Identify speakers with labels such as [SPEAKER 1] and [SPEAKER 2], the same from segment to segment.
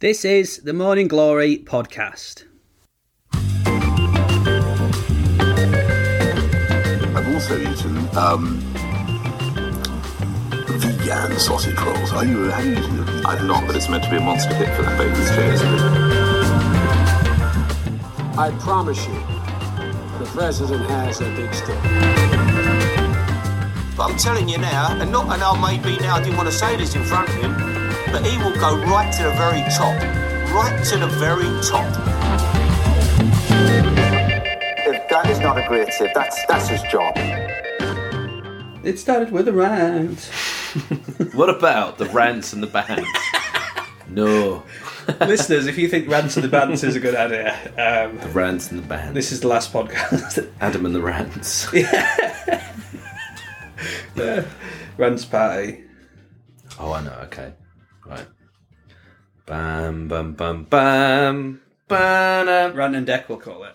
[SPEAKER 1] This is the Morning Glory podcast.
[SPEAKER 2] I've also eaten um, vegan sausage rolls. Are you, have you eaten them?
[SPEAKER 3] I'm not, but it's meant to be a monster hit for that baker's chair, isn't it?
[SPEAKER 4] I promise you, the president has a big stick.
[SPEAKER 5] But I'm telling you now, and not an old mate be now, I didn't want to say this in front of him, but he will go right to the very top. Right to the very top.
[SPEAKER 3] If that is not a great tip, that's, that's his job.
[SPEAKER 1] It started with a rant.
[SPEAKER 6] What about the rants and the bands? no,
[SPEAKER 7] Listeners, if you think Rants and the Bants is a good idea, um,
[SPEAKER 6] the rants and the bands.
[SPEAKER 7] this is the last podcast.
[SPEAKER 6] Adam and the rants.
[SPEAKER 7] Rants Party.
[SPEAKER 6] Oh, I know. Okay, right. Bam, bam, bam, bam, bam.
[SPEAKER 7] Rant and Deck, we'll call it.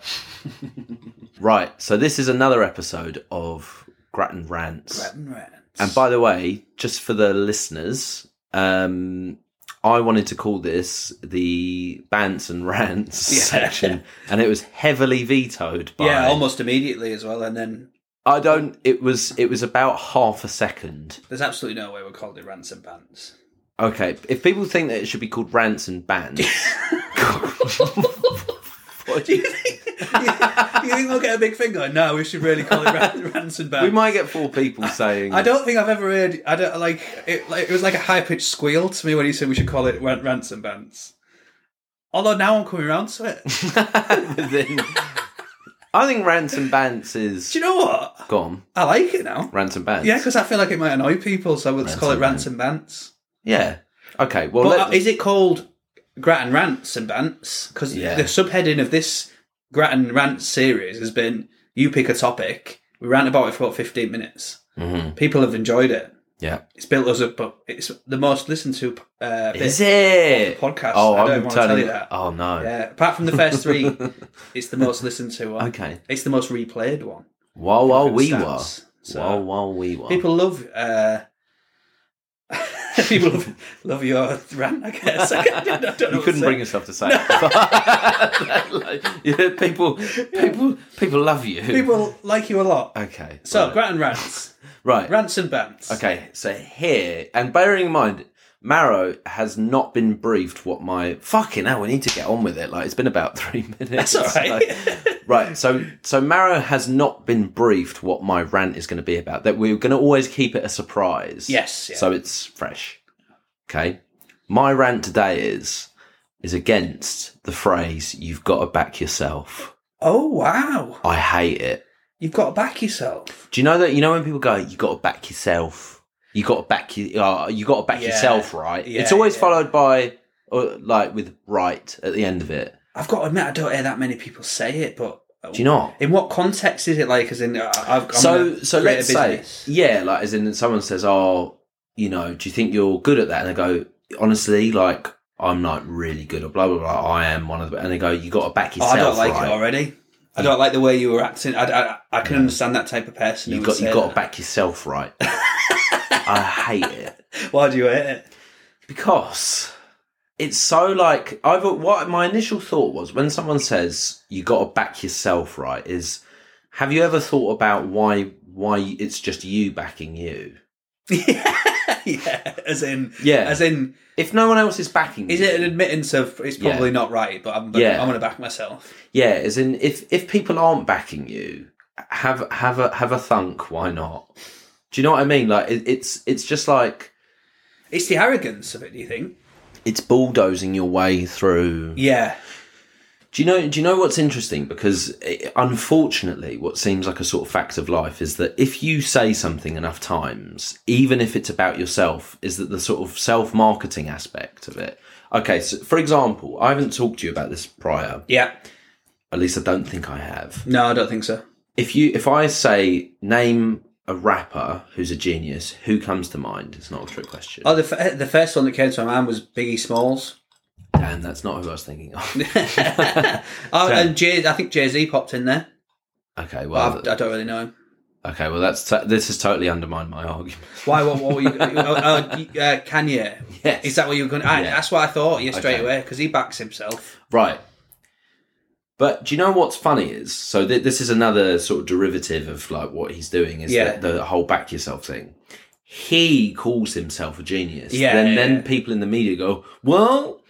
[SPEAKER 6] Right. So this is another episode of Grattan Rants.
[SPEAKER 7] Rants.
[SPEAKER 6] And by the way, just for the listeners, um, I wanted to call this the Bants and Rants
[SPEAKER 7] Yeah.
[SPEAKER 6] section, and it was heavily vetoed by.
[SPEAKER 7] Yeah, almost immediately as well. And then
[SPEAKER 6] I don't. It was. It was about half a second.
[SPEAKER 7] there's absolutely no way we're calling it Rants and Bants.
[SPEAKER 6] Okay, if people think that it should be called rants and bans,
[SPEAKER 7] Do you think, you think we'll get a big thing going? No, we should really call it Rant- Rants and Bants.
[SPEAKER 6] we might get four people saying.
[SPEAKER 7] I don't think I've ever heard. I don't like it. Like, it was like a high pitched squeal to me when you said we should call it rant, rants and bants. Although now I'm coming around to it.
[SPEAKER 6] Within- I think rants and bants is
[SPEAKER 7] Do you know what?
[SPEAKER 6] gone.
[SPEAKER 7] I like it now.
[SPEAKER 6] Rants and bans.
[SPEAKER 7] Yeah, because I feel like it might annoy people, so let's call it
[SPEAKER 6] and
[SPEAKER 7] rants and bants.
[SPEAKER 6] yeah. Okay. Well,
[SPEAKER 7] But
[SPEAKER 6] let-
[SPEAKER 7] uh, is it called Grattan Rants and Bants? Because
[SPEAKER 6] Yeah.
[SPEAKER 7] the subheading of this Grattan Rants series has been you pick a topic, we rant about it for about 15 minutes.
[SPEAKER 6] Mhm.
[SPEAKER 7] People have enjoyed it.
[SPEAKER 6] yeah.
[SPEAKER 7] It's built us up, but it's the most listened to uh, bit
[SPEAKER 6] Is
[SPEAKER 7] of
[SPEAKER 6] it
[SPEAKER 7] the podcast.
[SPEAKER 6] Oh,
[SPEAKER 7] I don't
[SPEAKER 6] am
[SPEAKER 7] want
[SPEAKER 6] turning.
[SPEAKER 7] to tell you that.
[SPEAKER 6] Oh no.
[SPEAKER 7] Yeah, apart from the first three, it's the most listened to one.
[SPEAKER 6] Okay.
[SPEAKER 7] It's the most replayed one.
[SPEAKER 6] Wow, wow, we were.
[SPEAKER 7] Stats. So-
[SPEAKER 6] Wow, wow, we were.
[SPEAKER 7] People love uh, people love, love your rant. I guess I don't know
[SPEAKER 6] you couldn't bring yourself to say. it. Like, yeah, people, people, people love you.
[SPEAKER 7] people like you a lot.
[SPEAKER 6] Okay.
[SPEAKER 7] So
[SPEAKER 6] right.
[SPEAKER 7] Grattan rants,
[SPEAKER 6] right.
[SPEAKER 7] rants and bants.
[SPEAKER 6] Okay, so here, and bearing in mind, Marrow has not been briefed what my fucking hell. We need to get on with it. Like it's been about three minutes.
[SPEAKER 7] That's all right.
[SPEAKER 6] Like, right. So, so Marrow has not been briefed what my rant is going to be about. That we're going to always keep it a surprise.
[SPEAKER 7] Yes, yeah.
[SPEAKER 6] So it's fresh. Okay. My rant today is is against the phrase "you've got to back yourself."
[SPEAKER 7] Oh wow,
[SPEAKER 6] I hate it.
[SPEAKER 7] you've got to back yourself.
[SPEAKER 6] Do you know that? You know when people go, "You got to back yourself. You got to back your. Uh, you got to back
[SPEAKER 7] Yeah.
[SPEAKER 6] yourself." Right?
[SPEAKER 7] Yeah,
[SPEAKER 6] it's always
[SPEAKER 7] yeah.
[SPEAKER 6] followed by, or like with right at the end of it.
[SPEAKER 7] I've got to admit, I don't hear that many people say it, but
[SPEAKER 6] Do you not?
[SPEAKER 7] In what context is it like? As in, uh, I've, I'm
[SPEAKER 6] so
[SPEAKER 7] gonna
[SPEAKER 6] so
[SPEAKER 7] create a
[SPEAKER 6] let's say,
[SPEAKER 7] business.
[SPEAKER 6] yeah, like as in someone says, "Oh, you know, do you think you're good at that?" And I go, "Honestly, like I'm not really good at blah blah blah. I am one of the." And they go, "You got to back
[SPEAKER 7] Oh,
[SPEAKER 6] yourself."
[SPEAKER 7] I don't like
[SPEAKER 6] right?
[SPEAKER 7] it already. I don't like the way you were acting. I, I, I can understand that type of person.
[SPEAKER 6] You
[SPEAKER 7] who
[SPEAKER 6] got
[SPEAKER 7] would
[SPEAKER 6] you
[SPEAKER 7] say
[SPEAKER 6] got to
[SPEAKER 7] that.
[SPEAKER 6] back yourself right. I hate it.
[SPEAKER 7] Why do you hate it?
[SPEAKER 6] because it's so like I've what my initial thought was when someone says you got to back yourself right is have you ever thought about why why it's just you backing you
[SPEAKER 7] yeah, as in,
[SPEAKER 6] Yeah.
[SPEAKER 7] as in,
[SPEAKER 6] if no one else is backing
[SPEAKER 7] is
[SPEAKER 6] you,
[SPEAKER 7] it an admittance of it's
[SPEAKER 6] Yeah.
[SPEAKER 7] probably not right, but I'm, but
[SPEAKER 6] Yeah.
[SPEAKER 7] I'm going to back myself.
[SPEAKER 6] yeah as in if if people aren't backing you have have a have a thunk why not do you know what I mean like it, it's it's just like
[SPEAKER 7] It's the arrogance of it. Do you think?
[SPEAKER 6] it's bulldozing your way through
[SPEAKER 7] Yeah,
[SPEAKER 6] Do you know? Do you know what's interesting? Because eh, unfortunately, what seems like a sort of fact of life is that if you say something enough times, even if it's about yourself, is that the sort of self-marketing aspect of it? Okay, so for example, I haven't talked to you about this prior.
[SPEAKER 7] yeah.
[SPEAKER 6] At least I don't think I have.
[SPEAKER 7] No, I don't think so.
[SPEAKER 6] If you, if I say name a rapper who's a genius, who comes to mind? It's not a trick question.
[SPEAKER 7] Oh, the fir- the first one that came to my mind was Biggie Smalls.
[SPEAKER 6] Damn, that's not who I was thinking of.
[SPEAKER 7] Oh, and Jay, I think Jay Z popped in there.
[SPEAKER 6] okay,
[SPEAKER 7] But
[SPEAKER 6] well, Oh.
[SPEAKER 7] I've- I don't really know him.
[SPEAKER 6] Okay, well that's t- this has totally undermined my argument.
[SPEAKER 7] Why? What, what were you? oh, oh, uh, Kanye.
[SPEAKER 6] Yes.
[SPEAKER 7] Is that what you were going? to...
[SPEAKER 6] Yeah.
[SPEAKER 7] That's what I thought. Yeah, straight
[SPEAKER 6] Okay.
[SPEAKER 7] away because he backs himself.
[SPEAKER 6] Right. But do you know what's funny is so th- this is another sort of derivative of like what he's doing is
[SPEAKER 7] Yeah.
[SPEAKER 6] the, the whole back yourself thing. He calls himself a genius.
[SPEAKER 7] Yeah,
[SPEAKER 6] Then
[SPEAKER 7] yeah,
[SPEAKER 6] then
[SPEAKER 7] yeah.
[SPEAKER 6] people in the media go, well,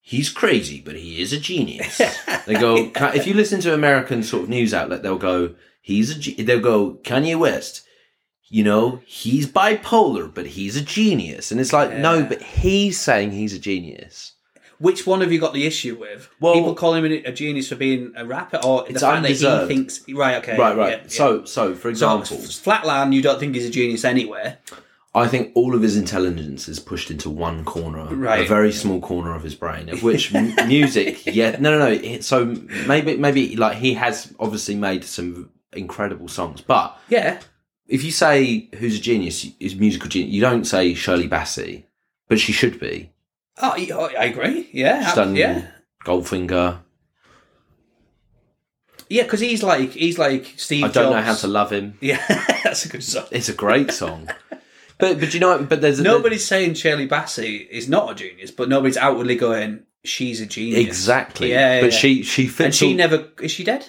[SPEAKER 6] he's crazy, but he is a genius. they go "Ka- if you listen to American sort of news outlet, they'll go he's a ge-" they'll go Kanye West. You know, he's bipolar, but he's a genius. And it's like, no,
[SPEAKER 7] Yeah.
[SPEAKER 6] but he's saying he's a genius.
[SPEAKER 7] Which one have you got the issue with?
[SPEAKER 6] Well-
[SPEAKER 7] People call him a genius for being a rapper, or the
[SPEAKER 6] It's
[SPEAKER 7] fact that
[SPEAKER 6] undeserved.
[SPEAKER 7] he thinks right. Okay,
[SPEAKER 6] right, right.
[SPEAKER 7] yeah, yeah.
[SPEAKER 6] So, so
[SPEAKER 7] So,
[SPEAKER 6] for example,
[SPEAKER 7] Flatland, you don't think he's a genius anyway.
[SPEAKER 6] I think all of his intelligence is pushed into one corner,
[SPEAKER 7] Right.
[SPEAKER 6] a very small corner of his brain, of which m- music, yeah, no, no, no. it- So maybe, maybe like he has obviously made some incredible songs, but
[SPEAKER 7] Yeah,
[SPEAKER 6] if you say who's a genius, is musical genius, you don't say Shirley Bassey, but she should be.
[SPEAKER 7] Oh, y- oh, I agree. Yeah,
[SPEAKER 6] She's
[SPEAKER 7] ab-
[SPEAKER 6] done
[SPEAKER 7] yeah,
[SPEAKER 6] Goldfinger.
[SPEAKER 7] yeah. Because he's like he's like Steve.
[SPEAKER 6] I don't know
[SPEAKER 7] Jobs.
[SPEAKER 6] how to love him.
[SPEAKER 7] Yeah, that's a good song.
[SPEAKER 6] It's a great song, but but you know, but there's
[SPEAKER 7] Nobody's saying Shirley Bassey is not a genius, but nobody's outwardly going she's a genius.
[SPEAKER 6] exactly.
[SPEAKER 7] Yeah,
[SPEAKER 6] but
[SPEAKER 7] yeah.
[SPEAKER 6] she she fits.
[SPEAKER 7] And she
[SPEAKER 6] all-
[SPEAKER 7] never is she dead?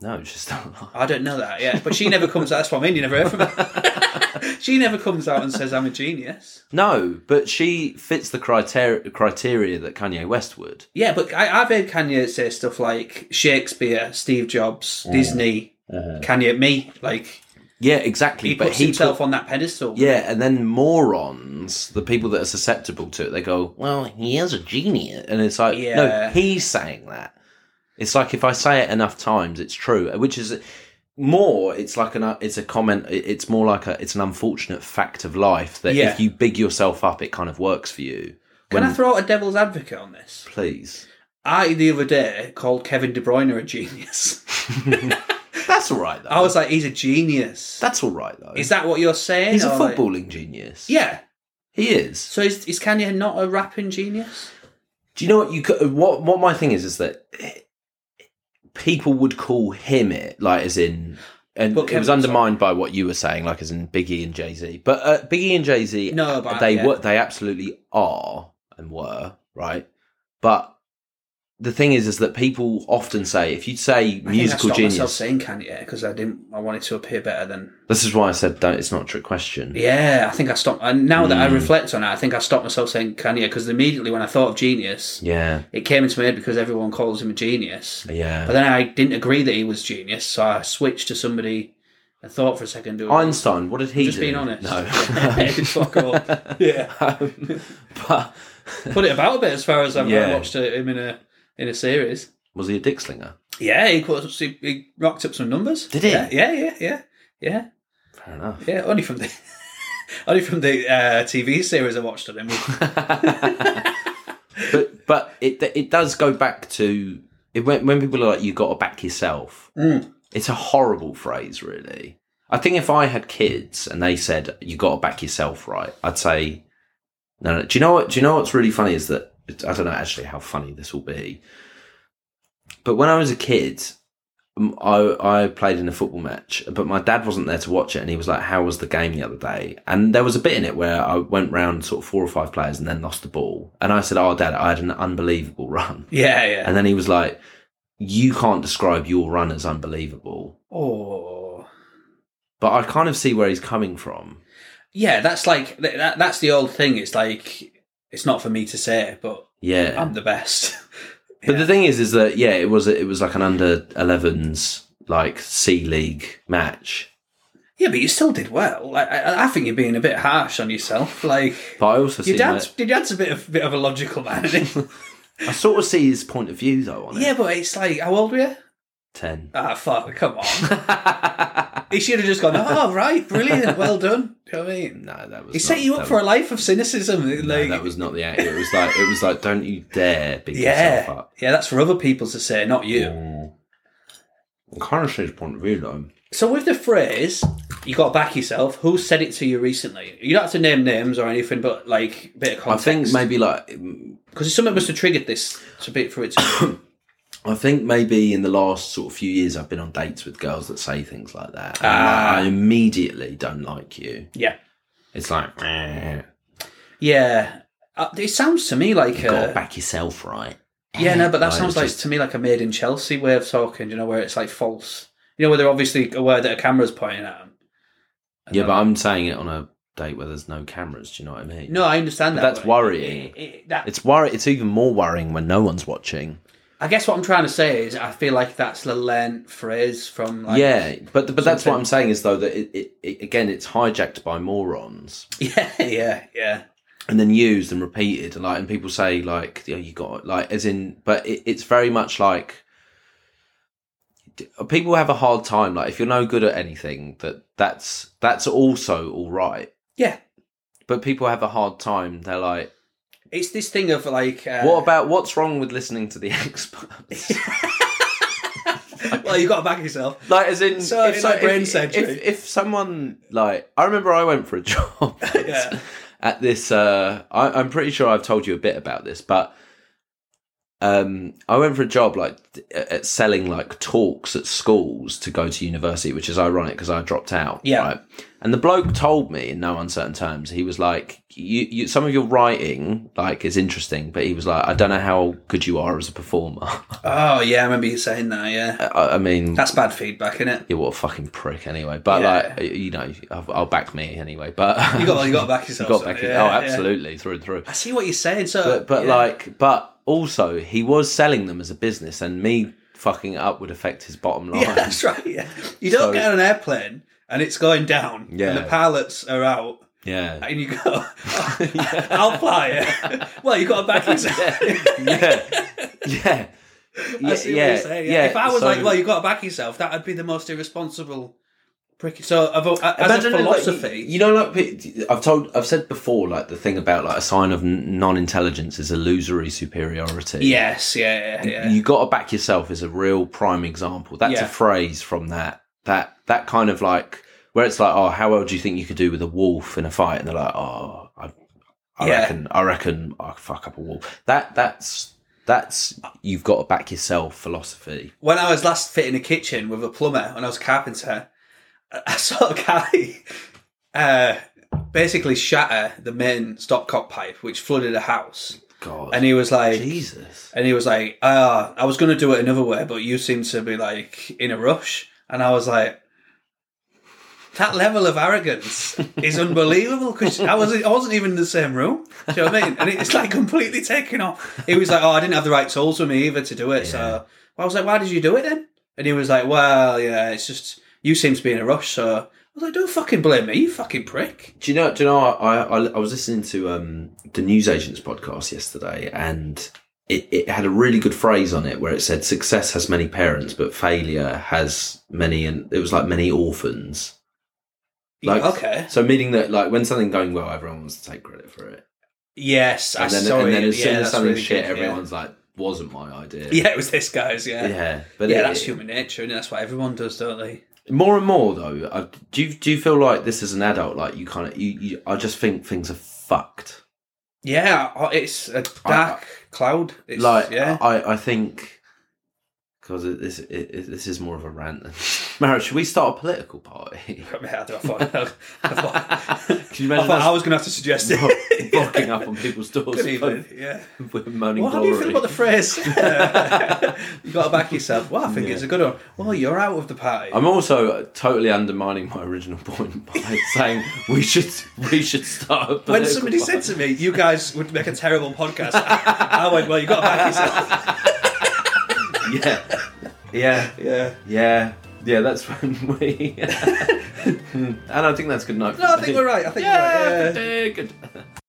[SPEAKER 6] no, she's still alive.
[SPEAKER 7] I don't know that. Yeah, but she never comes out. That's what I mean. You never heard from her. she never comes out and says I'm a genius.
[SPEAKER 6] No, but she fits the criteria criteria that Kanye West would.
[SPEAKER 7] Yeah, but I, I've heard Kanye say stuff like Shakespeare, Steve Jobs,
[SPEAKER 6] Mm.
[SPEAKER 7] Disney, Kanye, me. Like
[SPEAKER 6] Yeah, exactly.
[SPEAKER 7] he
[SPEAKER 6] but
[SPEAKER 7] puts
[SPEAKER 6] Uh-huh. he
[SPEAKER 7] himself
[SPEAKER 6] put-
[SPEAKER 7] on that pedestal.
[SPEAKER 6] yeah, and then morons, the people that are susceptible to it, they go, "Well, he is a genius," and it's like,
[SPEAKER 7] Yeah.
[SPEAKER 6] no, he's saying that. It's like if I say it enough times, it's true. Which is more, it's like an it's a comment. it- It's more like a it's an unfortunate fact of life that
[SPEAKER 7] Yeah.
[SPEAKER 6] if you big yourself up, it kind of works for you.
[SPEAKER 7] Can
[SPEAKER 6] When-
[SPEAKER 7] I throw out a devil's advocate on this?
[SPEAKER 6] Please,
[SPEAKER 7] I the other day called Kevin De Bruyne a genius.
[SPEAKER 6] that's all right though.
[SPEAKER 7] I was like, he's a genius.
[SPEAKER 6] that's all right though.
[SPEAKER 7] Is that what you're saying?
[SPEAKER 6] He's a
[SPEAKER 7] or like-
[SPEAKER 6] footballing genius.
[SPEAKER 7] yeah.
[SPEAKER 6] He is.
[SPEAKER 7] So is, is Kanye not a rapping genius?
[SPEAKER 6] Do you know what you could, what what my thing is is that people would call him it like as in and
[SPEAKER 7] But
[SPEAKER 6] it was
[SPEAKER 7] Kevin-
[SPEAKER 6] undermined by what you were saying like as in Biggie and Jay Z. But uh, Biggie and Jay Z
[SPEAKER 7] No, but-
[SPEAKER 6] they
[SPEAKER 7] yeah.
[SPEAKER 6] were they absolutely are and were, right? But the thing is is that people often say if you say
[SPEAKER 7] I think
[SPEAKER 6] musical
[SPEAKER 7] I stopped myself
[SPEAKER 6] genius
[SPEAKER 7] saying Kanye because I didn't. I wanted to appear better than.
[SPEAKER 6] this is why I said don't it's not a trick question.
[SPEAKER 7] Yeah, I think I stopped. And now that I
[SPEAKER 6] Hmm.
[SPEAKER 7] reflect on it, I think I stopped myself saying Kanye because immediately when I thought of genius,
[SPEAKER 6] Yeah.
[SPEAKER 7] it came into my head because everyone calls him a genius.
[SPEAKER 6] Yeah.
[SPEAKER 7] But then I didn't agree that he was genius, so I switched to somebody. I thought for a second. who-
[SPEAKER 6] Einstein, what did he
[SPEAKER 7] Just
[SPEAKER 6] do?
[SPEAKER 7] being honest.
[SPEAKER 6] No.
[SPEAKER 7] Fuck all. Yeah.
[SPEAKER 6] Um, but
[SPEAKER 7] Put it about a bit as far as I've
[SPEAKER 6] Yeah.
[SPEAKER 7] watched uh, him in a in a series.
[SPEAKER 6] was he a dick slinger?
[SPEAKER 7] Yeah, he, caught- he, he rocked up some numbers.
[SPEAKER 6] Did he?
[SPEAKER 7] Yeah, yeah, yeah, yeah, yeah.
[SPEAKER 6] Fair enough.
[SPEAKER 7] yeah, Only from the only from the uh, TV series I watched on him.
[SPEAKER 6] But but it it does go back to it when, when people are like you got to back yourself. It's a horrible phrase, really. I think if I had kids and they said you got to back yourself, right? I'd say no, no. Do you know what? Do you know what's really funny is that I don't know actually how funny this will be. But when I was a kid, um, I, I played in a football match, but my dad wasn't there to watch it, and he was like, "How was the game the other day?" And there was a bit in it where I went round sort of four or five players and then lost the ball, and I said, "Oh, dad, I had an unbelievable run,"
[SPEAKER 7] yeah, yeah.
[SPEAKER 6] and then he was like, "You can't describe your run as unbelievable,"
[SPEAKER 7] oh,
[SPEAKER 6] but I kind of see where he's coming from.
[SPEAKER 7] yeah. That's like th- that, that's the old thing. It's like it's not for me to say, but
[SPEAKER 6] Yeah,
[SPEAKER 7] I'm the best.
[SPEAKER 6] but the thing is, is that yeah, it was it was like an under 11s like C league match,
[SPEAKER 7] yeah, but you still did well. Like, I, I think you're being a bit harsh on yourself. Like
[SPEAKER 6] but I also see
[SPEAKER 7] your dad's,
[SPEAKER 6] that-
[SPEAKER 7] your dad's a bit of bit of a logical man. Isn't
[SPEAKER 6] I sort of see his point of view though on
[SPEAKER 7] he?
[SPEAKER 6] it.
[SPEAKER 7] yeah, but it's like, how old were you?
[SPEAKER 6] ten.
[SPEAKER 7] Ah, fuck, come on. he should have just gone, oh, right, brilliant, well done. Do you know what I mean?
[SPEAKER 6] No, that was
[SPEAKER 7] He
[SPEAKER 6] not-
[SPEAKER 7] set you
[SPEAKER 6] that
[SPEAKER 7] up for
[SPEAKER 6] was-
[SPEAKER 7] a life of cynicism.
[SPEAKER 6] No,
[SPEAKER 7] like,
[SPEAKER 6] that was not the act. It was like it was like don't you dare big yourself
[SPEAKER 7] yeah.
[SPEAKER 6] up.
[SPEAKER 7] Yeah, that's for other people to say, not you.
[SPEAKER 6] Mm. I kind of see his point of view though.
[SPEAKER 7] So, with the phrase, you got to back yourself, who said it to you recently? You don't have to name names or anything, but like, bit of
[SPEAKER 6] I
[SPEAKER 7] context.
[SPEAKER 6] think maybe like
[SPEAKER 7] Because something must have triggered this to be, for it to.
[SPEAKER 6] I think maybe in the last sort of few years, I've been on dates with girls that say things like that. And
[SPEAKER 7] Ah.
[SPEAKER 6] I immediately don't like you.
[SPEAKER 7] Yeah.
[SPEAKER 6] It's like, "Meh,
[SPEAKER 7] Yeah. Uh, it sounds to me like uh,
[SPEAKER 6] you got to
[SPEAKER 7] a,
[SPEAKER 6] back yourself right.
[SPEAKER 7] yeah, no, but that
[SPEAKER 6] Like,
[SPEAKER 7] sounds
[SPEAKER 6] it's
[SPEAKER 7] like
[SPEAKER 6] just-
[SPEAKER 7] to me like a made in Chelsea way of talking. You know, where it's like false. You know, where they're obviously aware that a camera's pointing at them. And
[SPEAKER 6] Yeah,
[SPEAKER 7] they're
[SPEAKER 6] but I'm saying it on a date where there's no cameras. Do you know what I
[SPEAKER 7] like-
[SPEAKER 6] mean?
[SPEAKER 7] no, I understand
[SPEAKER 6] But
[SPEAKER 7] that.
[SPEAKER 6] that's worrying.
[SPEAKER 7] It, it- that,
[SPEAKER 6] It's worry. It's even more worrying when no one's watching.
[SPEAKER 7] I guess what I'm trying to say is, I feel like that's the learned phrase from like
[SPEAKER 6] yeah, but but that's what
[SPEAKER 7] something-
[SPEAKER 6] I'm saying is though that it, it, it again it's hijacked by morons
[SPEAKER 7] yeah, yeah, yeah.
[SPEAKER 6] and then used and repeated and like and people say like yeah, you got like as in but it, it's very much like d- people have a hard time like if you're no good at anything that that's that's also all right
[SPEAKER 7] Yeah.
[SPEAKER 6] but people have a hard time they're like
[SPEAKER 7] It's this thing of like uh,
[SPEAKER 6] what about what's wrong with listening to the experts
[SPEAKER 7] well, you got to back yourself.
[SPEAKER 6] like as in
[SPEAKER 7] So, it's like
[SPEAKER 6] so-
[SPEAKER 7] brain
[SPEAKER 6] if,
[SPEAKER 7] surgery.
[SPEAKER 6] if, if someone like i remember i went for a job
[SPEAKER 7] Yeah.
[SPEAKER 6] at this uh I, i'm pretty sure i've told you a bit about this but um i went for a job like t- at selling like talks at schools to go to university which is ironic because i dropped out
[SPEAKER 7] Yeah.
[SPEAKER 6] and the bloke told me in no uncertain terms he was like you, you some of your writing like is interesting but he was like i don't know how good you are as a performer
[SPEAKER 7] Oh yeah, I remember you saying that. Yeah,
[SPEAKER 6] I, I mean
[SPEAKER 7] that's bad feedback, isn't it?
[SPEAKER 6] yeah, what a fucking prick anyway. But
[SPEAKER 7] Yeah.
[SPEAKER 6] like, you know, I'll, I'll back me anyway. But
[SPEAKER 7] You got you got to back yourself.
[SPEAKER 6] got
[SPEAKER 7] so-
[SPEAKER 6] back it.
[SPEAKER 7] yeah,
[SPEAKER 6] oh,
[SPEAKER 7] yeah.
[SPEAKER 6] absolutely, through and through.
[SPEAKER 7] I see what you're saying. So,
[SPEAKER 6] But but
[SPEAKER 7] yeah.
[SPEAKER 6] like, but also he was selling them as a business, and me fucking it up would affect his bottom line.
[SPEAKER 7] yeah, that's right. Yeah, you don't
[SPEAKER 6] oh. So-
[SPEAKER 7] get on an airplane and it's going down.
[SPEAKER 6] Yeah.
[SPEAKER 7] and the pilots are out,
[SPEAKER 6] Yeah.
[SPEAKER 7] and you go, oh, "I'll fly it." well, you got to back yourself.
[SPEAKER 6] yeah, yeah,
[SPEAKER 7] I
[SPEAKER 6] yeah,
[SPEAKER 7] see what you're saying. Yeah. if I was
[SPEAKER 6] so-
[SPEAKER 7] like, well, you got to back yourself, that would be the most irresponsible prick. So, I've, I- as a
[SPEAKER 6] Imagine, like,
[SPEAKER 7] philosophy,
[SPEAKER 6] you know, like pe- I've told, I've said before, like the thing about like a sign of n- non-intelligence is illusory superiority.
[SPEAKER 7] yes, yeah, yeah, yeah.
[SPEAKER 6] you got to back yourself is a real prime example. That's
[SPEAKER 7] Yeah.
[SPEAKER 6] a phrase from that that that kind of like where it's like, oh, how well do you think you could do with a wolf in a fight? And they're like, oh, I, I
[SPEAKER 7] Yeah.
[SPEAKER 6] reckon, I reckon, I could fuck up a wolf. That that's that's you've got to back yourself philosophy.
[SPEAKER 7] when I was last fit in a kitchen with a plumber when I was a carpenter, I I saw a guy uh, basically shatter the main stopcock pipe, which flooded a house.
[SPEAKER 6] God,
[SPEAKER 7] And he was like,
[SPEAKER 6] Jesus,
[SPEAKER 7] and he was like, ah, I was going to do it another way, but you seem to be like in a rush. And I was like, that level of arrogance is unbelievable because I wasn't, I wasn't even in the same room. Do you know what I mean? And it's like completely taken off. He was like, oh, I didn't have the right tools with me either to do it. So I was like, why did you do it then? And he was like, well, yeah, it's just, you seem to be in a rush. So I was like, don't fucking blame me, you fucking prick.
[SPEAKER 6] do you know? Do you know? I I, I was listening to um the newsagents podcast yesterday, and it, it had a really good phrase on it where it said success has many parents but failure has many and it was like many orphans like
[SPEAKER 7] okay.
[SPEAKER 6] so meaning that like when something going well everyone wants to take credit for it
[SPEAKER 7] Yes,
[SPEAKER 6] and
[SPEAKER 7] I
[SPEAKER 6] then,
[SPEAKER 7] saw
[SPEAKER 6] and then
[SPEAKER 7] it.
[SPEAKER 6] as
[SPEAKER 7] yeah,
[SPEAKER 6] soon as
[SPEAKER 7] that's
[SPEAKER 6] something
[SPEAKER 7] really
[SPEAKER 6] shit
[SPEAKER 7] good, yeah.
[SPEAKER 6] everyone's like wasn't my idea
[SPEAKER 7] Yeah, it was this guy's,
[SPEAKER 6] yeah but
[SPEAKER 7] yeah,
[SPEAKER 6] it-
[SPEAKER 7] that's human nature, and that's what everyone does, don't they?
[SPEAKER 6] more and more though I, do you do you feel like this as an adult like you kind of you, you i just think things are fucked
[SPEAKER 7] Yeah, oh, it's a dark cloud. It's,
[SPEAKER 6] like
[SPEAKER 7] yeah,
[SPEAKER 6] I, I think because this it, it, this is more of a rant than marriage. Should we start a political party?
[SPEAKER 7] I, mean, I, don't- I thought, I thought,
[SPEAKER 6] Can you
[SPEAKER 7] I,
[SPEAKER 6] imagine
[SPEAKER 7] thought I
[SPEAKER 6] us
[SPEAKER 7] was going to have to suggest it.
[SPEAKER 6] blo- blocking up on people's doors
[SPEAKER 7] Good evening, yeah.
[SPEAKER 6] with- with moaning
[SPEAKER 7] Well, how do
[SPEAKER 6] glory?
[SPEAKER 7] you feel about the phrase? you got to back yourself. Well, I think it's a good one. Well, you're out of the party.
[SPEAKER 6] I'm also totally undermining my original point by saying we should we should start. A
[SPEAKER 7] when
[SPEAKER 6] political
[SPEAKER 7] somebody
[SPEAKER 6] party.
[SPEAKER 7] said to me, "You guys would make a terrible podcast," I, I went, "Well, you got to back yourself."
[SPEAKER 6] yeah, yeah,
[SPEAKER 7] Yeah.
[SPEAKER 6] yeah, yeah, that's when we. and I think that's good enough.
[SPEAKER 7] No, I think we're right. I think we're right. Yeah.
[SPEAKER 6] Yeah, good.